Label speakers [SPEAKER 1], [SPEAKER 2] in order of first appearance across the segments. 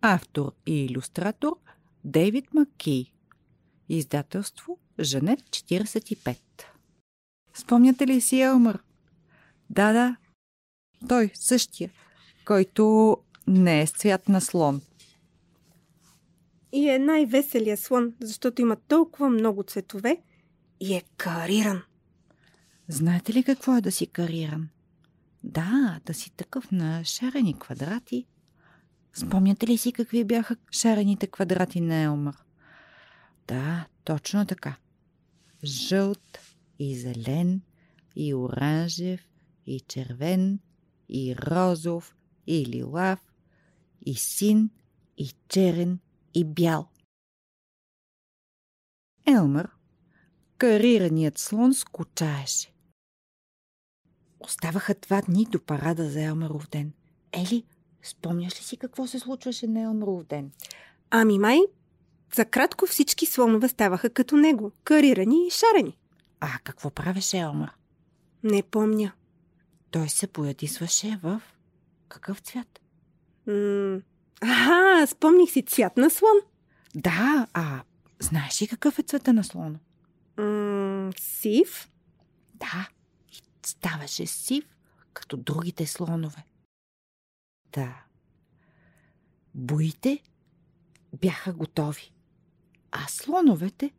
[SPEAKER 1] Автор и иллюстратор Дейвид Маки. Издателство Женев 45. Спомняте ли си Елмър? Да, да. Той същия, който не е свят на слон.
[SPEAKER 2] И е най-веселия слон, защото има толкова много цветове и е кариран.
[SPEAKER 1] Знаете ли какво е да си кариран? Да, да си такъв на шарени квадрати. Спомняте ли си какви бяха шарените квадрати на Елмър? Да, точно така. Жълт и зелен и оранжев и червен и розов и лилав и син и черен и бял. Елмър, карираният слон, скучаеше. Оставаха два дни до парада за Елмаров ден. Ели, спомняш ли си какво се случваше на Елмаров ден?
[SPEAKER 2] Ами май, за кратко всички слонове ставаха като него, карирани и шарени.
[SPEAKER 1] А какво правеше Елмар?
[SPEAKER 2] Не помня.
[SPEAKER 1] Той се поядисваше в... Какъв цвят?
[SPEAKER 2] М- Аха, спомних си цвят на слон.
[SPEAKER 1] Да, а знаеш ли какъв е цвета на слона?
[SPEAKER 2] М- сив?
[SPEAKER 1] Да, и ставаше сив, като другите слонове. Да. Боите бяха готови, а слоновете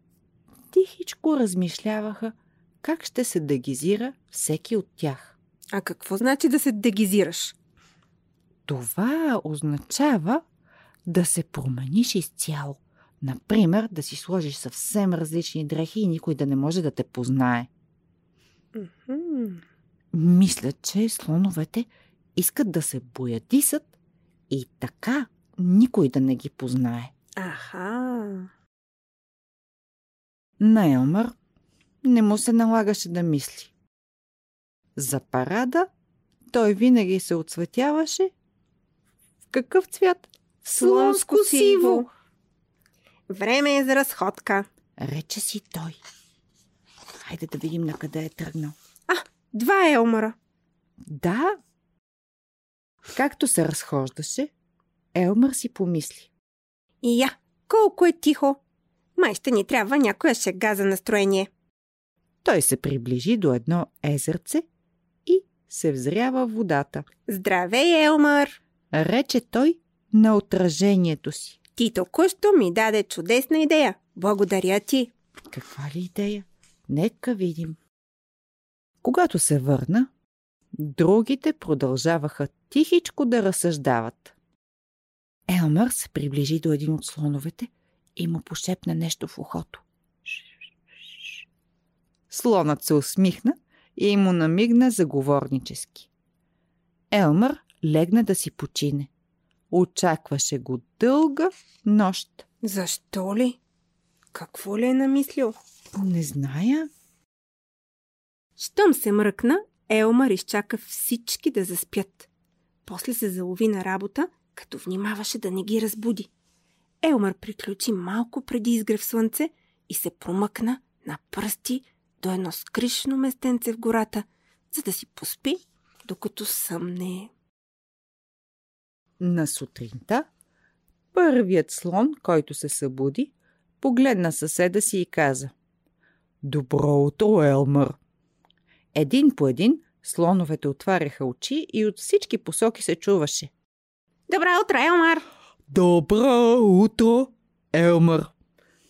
[SPEAKER 1] тихичко размишляваха как ще се дегизира всеки от тях.
[SPEAKER 2] А какво значи да се дегизираш?
[SPEAKER 1] Това означава да се промениш изцяло. Например, да си сложиш съвсем различни дрехи и никой да не може да те познае.
[SPEAKER 2] Мгм.
[SPEAKER 1] Мисля, че слоновете искат да се боядисат и така никой да не ги познае.
[SPEAKER 2] Аха.
[SPEAKER 1] На Елмър не му се налагаше да мисли. За парада той винаги се отцветяваше. В какъв цвят? В слонско сиво,
[SPEAKER 2] Време е за разходка.
[SPEAKER 1] рече си той. Хайде да видим на къде е тръгнал.
[SPEAKER 2] Два елмара.
[SPEAKER 1] Да. Както се разхождаше, Елмър си помисли.
[SPEAKER 2] И я, колко е тихо. Май ще ни трябва някоя шега за настроение.
[SPEAKER 1] Той се приближи до едно езерце и се взрява в водата.
[SPEAKER 2] Здравей, Елмар!
[SPEAKER 1] Рече той на отражението си.
[SPEAKER 2] Ти току-що ми даде чудесна идея. Благодаря ти.
[SPEAKER 1] Каква ли идея? Нека видим. Когато се върна, другите продължаваха тихичко да разсъждават. Елмър се приближи до един от слоновете и му пошепна нещо в ухото. Слонът се усмихна и му намигна заговорнически. Елмър легна да си почине. Очакваше го дълга нощ.
[SPEAKER 2] Защо ли? Какво ли е намислил?
[SPEAKER 1] Не зная,
[SPEAKER 2] Щом се мръкна, Елмар изчака всички да заспят. После се залови на работа, като внимаваше да не ги разбуди. Елмар приключи малко преди изгрев слънце и се промъкна на пръсти до едно скришно местенце в гората, за да си поспи, докато съмне.
[SPEAKER 1] На сутринта първият слон, който се събуди, погледна съседа си и каза «Добро утро, Елмър!» Един по един слоновете отваряха очи и от всички посоки се чуваше
[SPEAKER 2] Добра утро, Елмар!
[SPEAKER 3] Добро утро, Елмър.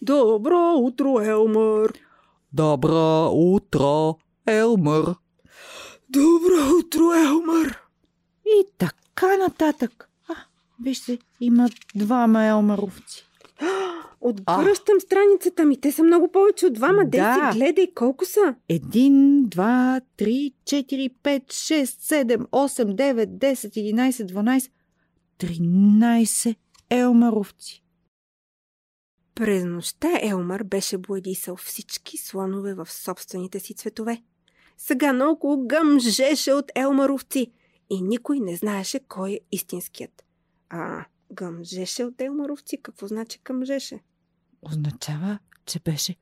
[SPEAKER 2] Добро утро, Елмар!
[SPEAKER 3] Добро утро, Елмър.
[SPEAKER 2] Добро утро, Елмар!
[SPEAKER 1] и така нататък. А, вижте, има двама елмаровци.
[SPEAKER 2] Отгръщам страницата ми. Те са много повече от двама.
[SPEAKER 1] Да.
[SPEAKER 2] Деси, гледай колко са.
[SPEAKER 1] Един, два, три, четири, пет, шест, седем, осем, девет, десет, единайсет, дванайсет, тринайсет елмаровци.
[SPEAKER 2] През нощта Елмар беше боядисал всички слонове в собствените си цветове. Сега наоколо гъмжеше от елмаровци и никой не знаеше кой е истинският. А, гъмжеше от елмаровци? Какво значи гъмжеше?
[SPEAKER 1] означава, че беше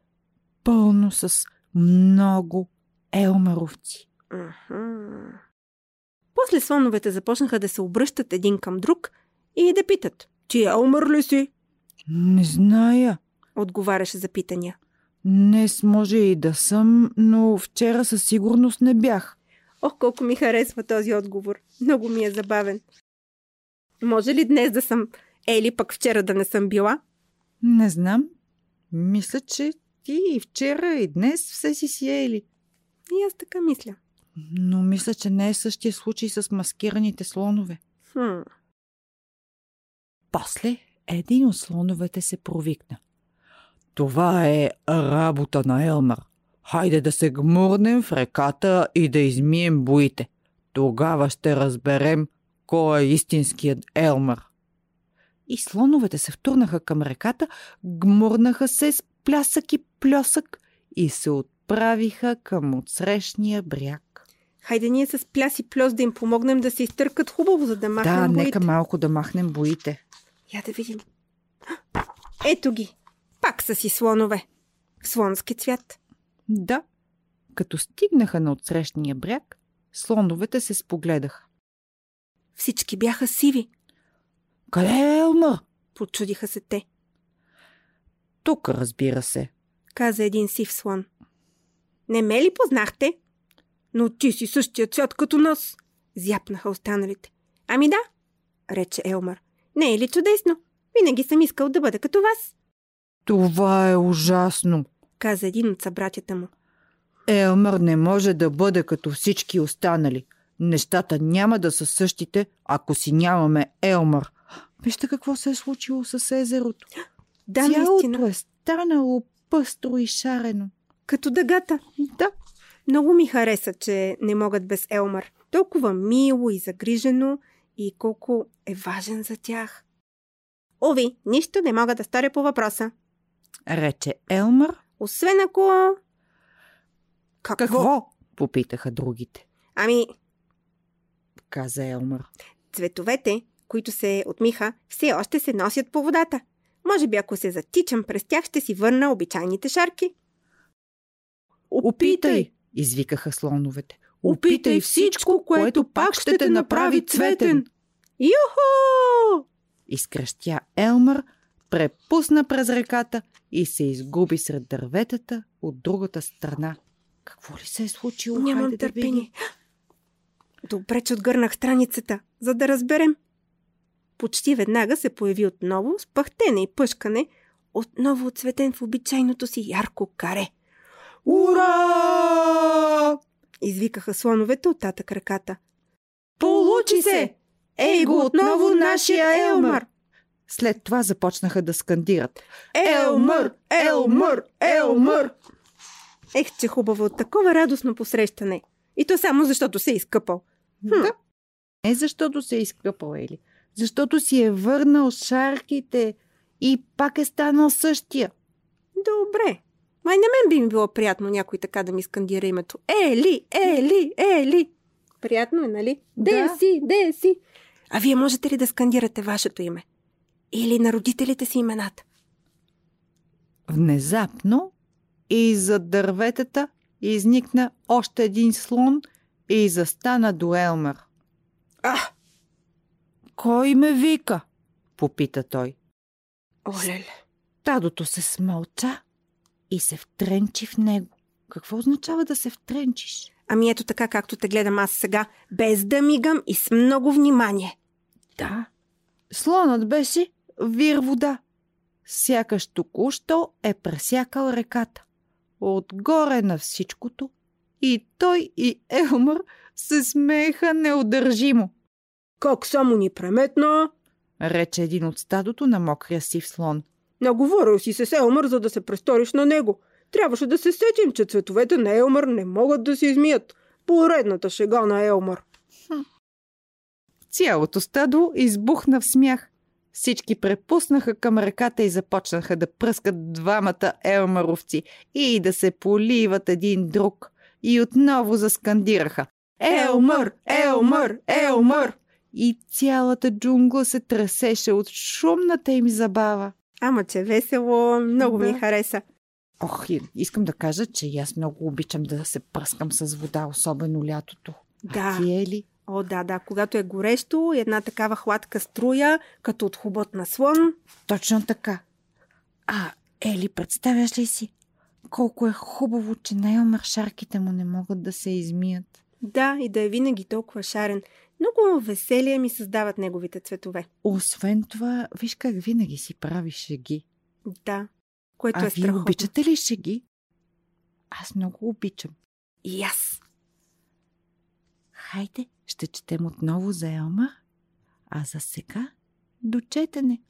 [SPEAKER 1] пълно с много елмаровци.
[SPEAKER 2] Аха. После слоновете започнаха да се обръщат един към друг и да питат. Ти Елмър ли си?
[SPEAKER 1] Не зная.
[SPEAKER 2] Отговаряше за питания.
[SPEAKER 1] Днес може и да съм, но вчера със сигурност не бях.
[SPEAKER 2] Ох, колко ми харесва този отговор. Много ми е забавен. Може ли днес да съм Ели, пък вчера да не съм била?
[SPEAKER 1] Не знам. Мисля, че ти и вчера, и днес все си си ели.
[SPEAKER 2] И аз така мисля.
[SPEAKER 1] Но мисля, че не е същия случай с маскираните слонове.
[SPEAKER 2] Хм.
[SPEAKER 1] После един от слоновете се провикна.
[SPEAKER 3] Това е работа на Елмър. Хайде да се гмурнем в реката и да измием боите. Тогава ще разберем кой е истинският Елмър.
[SPEAKER 1] И слоновете се втурнаха към реката, гмурнаха се с плясък и плюсък и се отправиха към отсрещния бряг.
[SPEAKER 2] Хайде ние с пляс и плюс да им помогнем да се изтъркат хубаво, за да махнем
[SPEAKER 1] да,
[SPEAKER 2] боите.
[SPEAKER 1] нека малко да махнем боите.
[SPEAKER 2] Я да видим. Ето ги. Пак са си слонове. В слонски цвят.
[SPEAKER 1] Да. Като стигнаха на отсрещния бряг, слоновете се спогледаха.
[SPEAKER 2] Всички бяха сиви.
[SPEAKER 3] Къде е Елмър?
[SPEAKER 2] Почудиха се те.
[SPEAKER 1] Тук, разбира се.
[SPEAKER 2] Каза един сив слон. Не ме ли познахте? Но ти си същия цвят като нас. Зяпнаха останалите. Ами да, рече Елмар. Не е ли чудесно? Винаги съм искал да бъда като вас,
[SPEAKER 3] Това е ужасно.
[SPEAKER 2] каза един от събратята му.
[SPEAKER 3] Елмър не може да бъде като всички останали. Нещата няма да са същите, ако си нямаме Елмър.
[SPEAKER 1] Вижте какво се е случило с езерото.
[SPEAKER 2] Да,
[SPEAKER 1] Цялото
[SPEAKER 2] наистина.
[SPEAKER 1] е станало пъстро и шарено.
[SPEAKER 2] Като дъгата.
[SPEAKER 1] Да,
[SPEAKER 2] Много ми хареса, че не могат без Елмар. Толкова мило и загрижено и колко е важен за тях. Ови, нищо не мога да старя по въпроса.
[SPEAKER 1] рече Елмър.
[SPEAKER 2] Освен ако... Какво?
[SPEAKER 1] Какво? Попитаха другите.
[SPEAKER 2] Ами,
[SPEAKER 1] Каза Елмър.
[SPEAKER 2] цветовете, които се отмиха, все още се носят по водата. Може би ако се затичам през тях, ще си върна обичайните шарки.
[SPEAKER 3] Опитай!
[SPEAKER 1] Извикаха слоновете.
[SPEAKER 3] Опитай всичко, което пак ще те направи цветен.
[SPEAKER 2] Юху!
[SPEAKER 1] Изкръщя Елмър, препусна през реката и се изгуби сред дърветата от другата страна. Какво ли се е случило?
[SPEAKER 2] Нямам
[SPEAKER 1] Хайде да видим.
[SPEAKER 2] търпение. Добре, че отгърнах страницата, за да разберем. Почти веднага се появи отново с пъхтене и пъшкане, отново оцветен в обичайното си ярко каре.
[SPEAKER 3] Ура!
[SPEAKER 2] Извикаха слоновете от татък ръката.
[SPEAKER 3] Получи се!
[SPEAKER 2] Ей го отново нашия Елмар!
[SPEAKER 1] След това започнаха да скандират.
[SPEAKER 2] Елмър! Елмър!
[SPEAKER 3] Елмър!
[SPEAKER 2] Ех, че хубаво от такова радостно посрещане. И то само защото се е изкъпал. Хм.
[SPEAKER 1] Да. Не защото се е изкъпал Ели. Защото си е върнал шарките и пак е станал същия.
[SPEAKER 2] Добре. Май на мен би ми било приятно някой така да ми скандира името. Ели, Ели, Ели. Приятно е, нали? Де
[SPEAKER 1] Да.
[SPEAKER 2] си, де си. А вие можете ли да скандирате вашето име? Или на родителите си имената?
[SPEAKER 1] Внезапно и зад дърветата изникна още един слон и застана до Елмър.
[SPEAKER 2] А,
[SPEAKER 1] Кой ме вика? попита той.
[SPEAKER 2] оле.
[SPEAKER 1] Тадото се смълча и се втренчи в него. Какво означава да се втренчиш?
[SPEAKER 2] Ами ето така, както те гледам аз сега, без да мигам и с много внимание.
[SPEAKER 1] Да. Слонът беше вир вода. Сякаш току-що е пресякал реката. Отгоре на всичкото и той и Елмър се смееха неудържимо,
[SPEAKER 2] Как само ни преметна,
[SPEAKER 1] рече един от стадото на мокрия сив слон.
[SPEAKER 2] Наговорил си се с Елмър, за да се престориш на него. Трябваше да се сетим, че цветовете на Елмър не могат да се измият. Поредната шега на Елмър.
[SPEAKER 1] Цялото стадо избухна в смях. Всички препуснаха към реката и започнаха да пръскат двамата елмаровци и да се поливат един друг. И отново заскандираха. Елмър! Елмър! Елмър! И цялата джунгла се тресеше от шумната им забава.
[SPEAKER 2] Ама че весело, много
[SPEAKER 1] Да.
[SPEAKER 2] ми хареса.
[SPEAKER 1] Ох, и- искам да кажа, че и аз много обичам да се пръскам с вода, особено лятото. А
[SPEAKER 2] Да.
[SPEAKER 1] ти е ли?
[SPEAKER 2] О, да, да. Когато е горещо, една такава хладка струя, като от хубот на слон.
[SPEAKER 1] Точно така. А, Ели, представяш ли си? Колко е хубаво, че на Елмар шарките му не могат да се измият.
[SPEAKER 2] Да, и да е винаги толкова шарен. Много веселие ми създават неговите цветове.
[SPEAKER 1] Освен това, виж как винаги си прави шеги.
[SPEAKER 2] Да, което
[SPEAKER 1] а
[SPEAKER 2] е
[SPEAKER 1] вие
[SPEAKER 2] страхотно.
[SPEAKER 1] обичате ли шеги? Аз много обичам.
[SPEAKER 2] И аз.
[SPEAKER 1] Хайде, ще четем отново за Елмар. А за сега, до четене!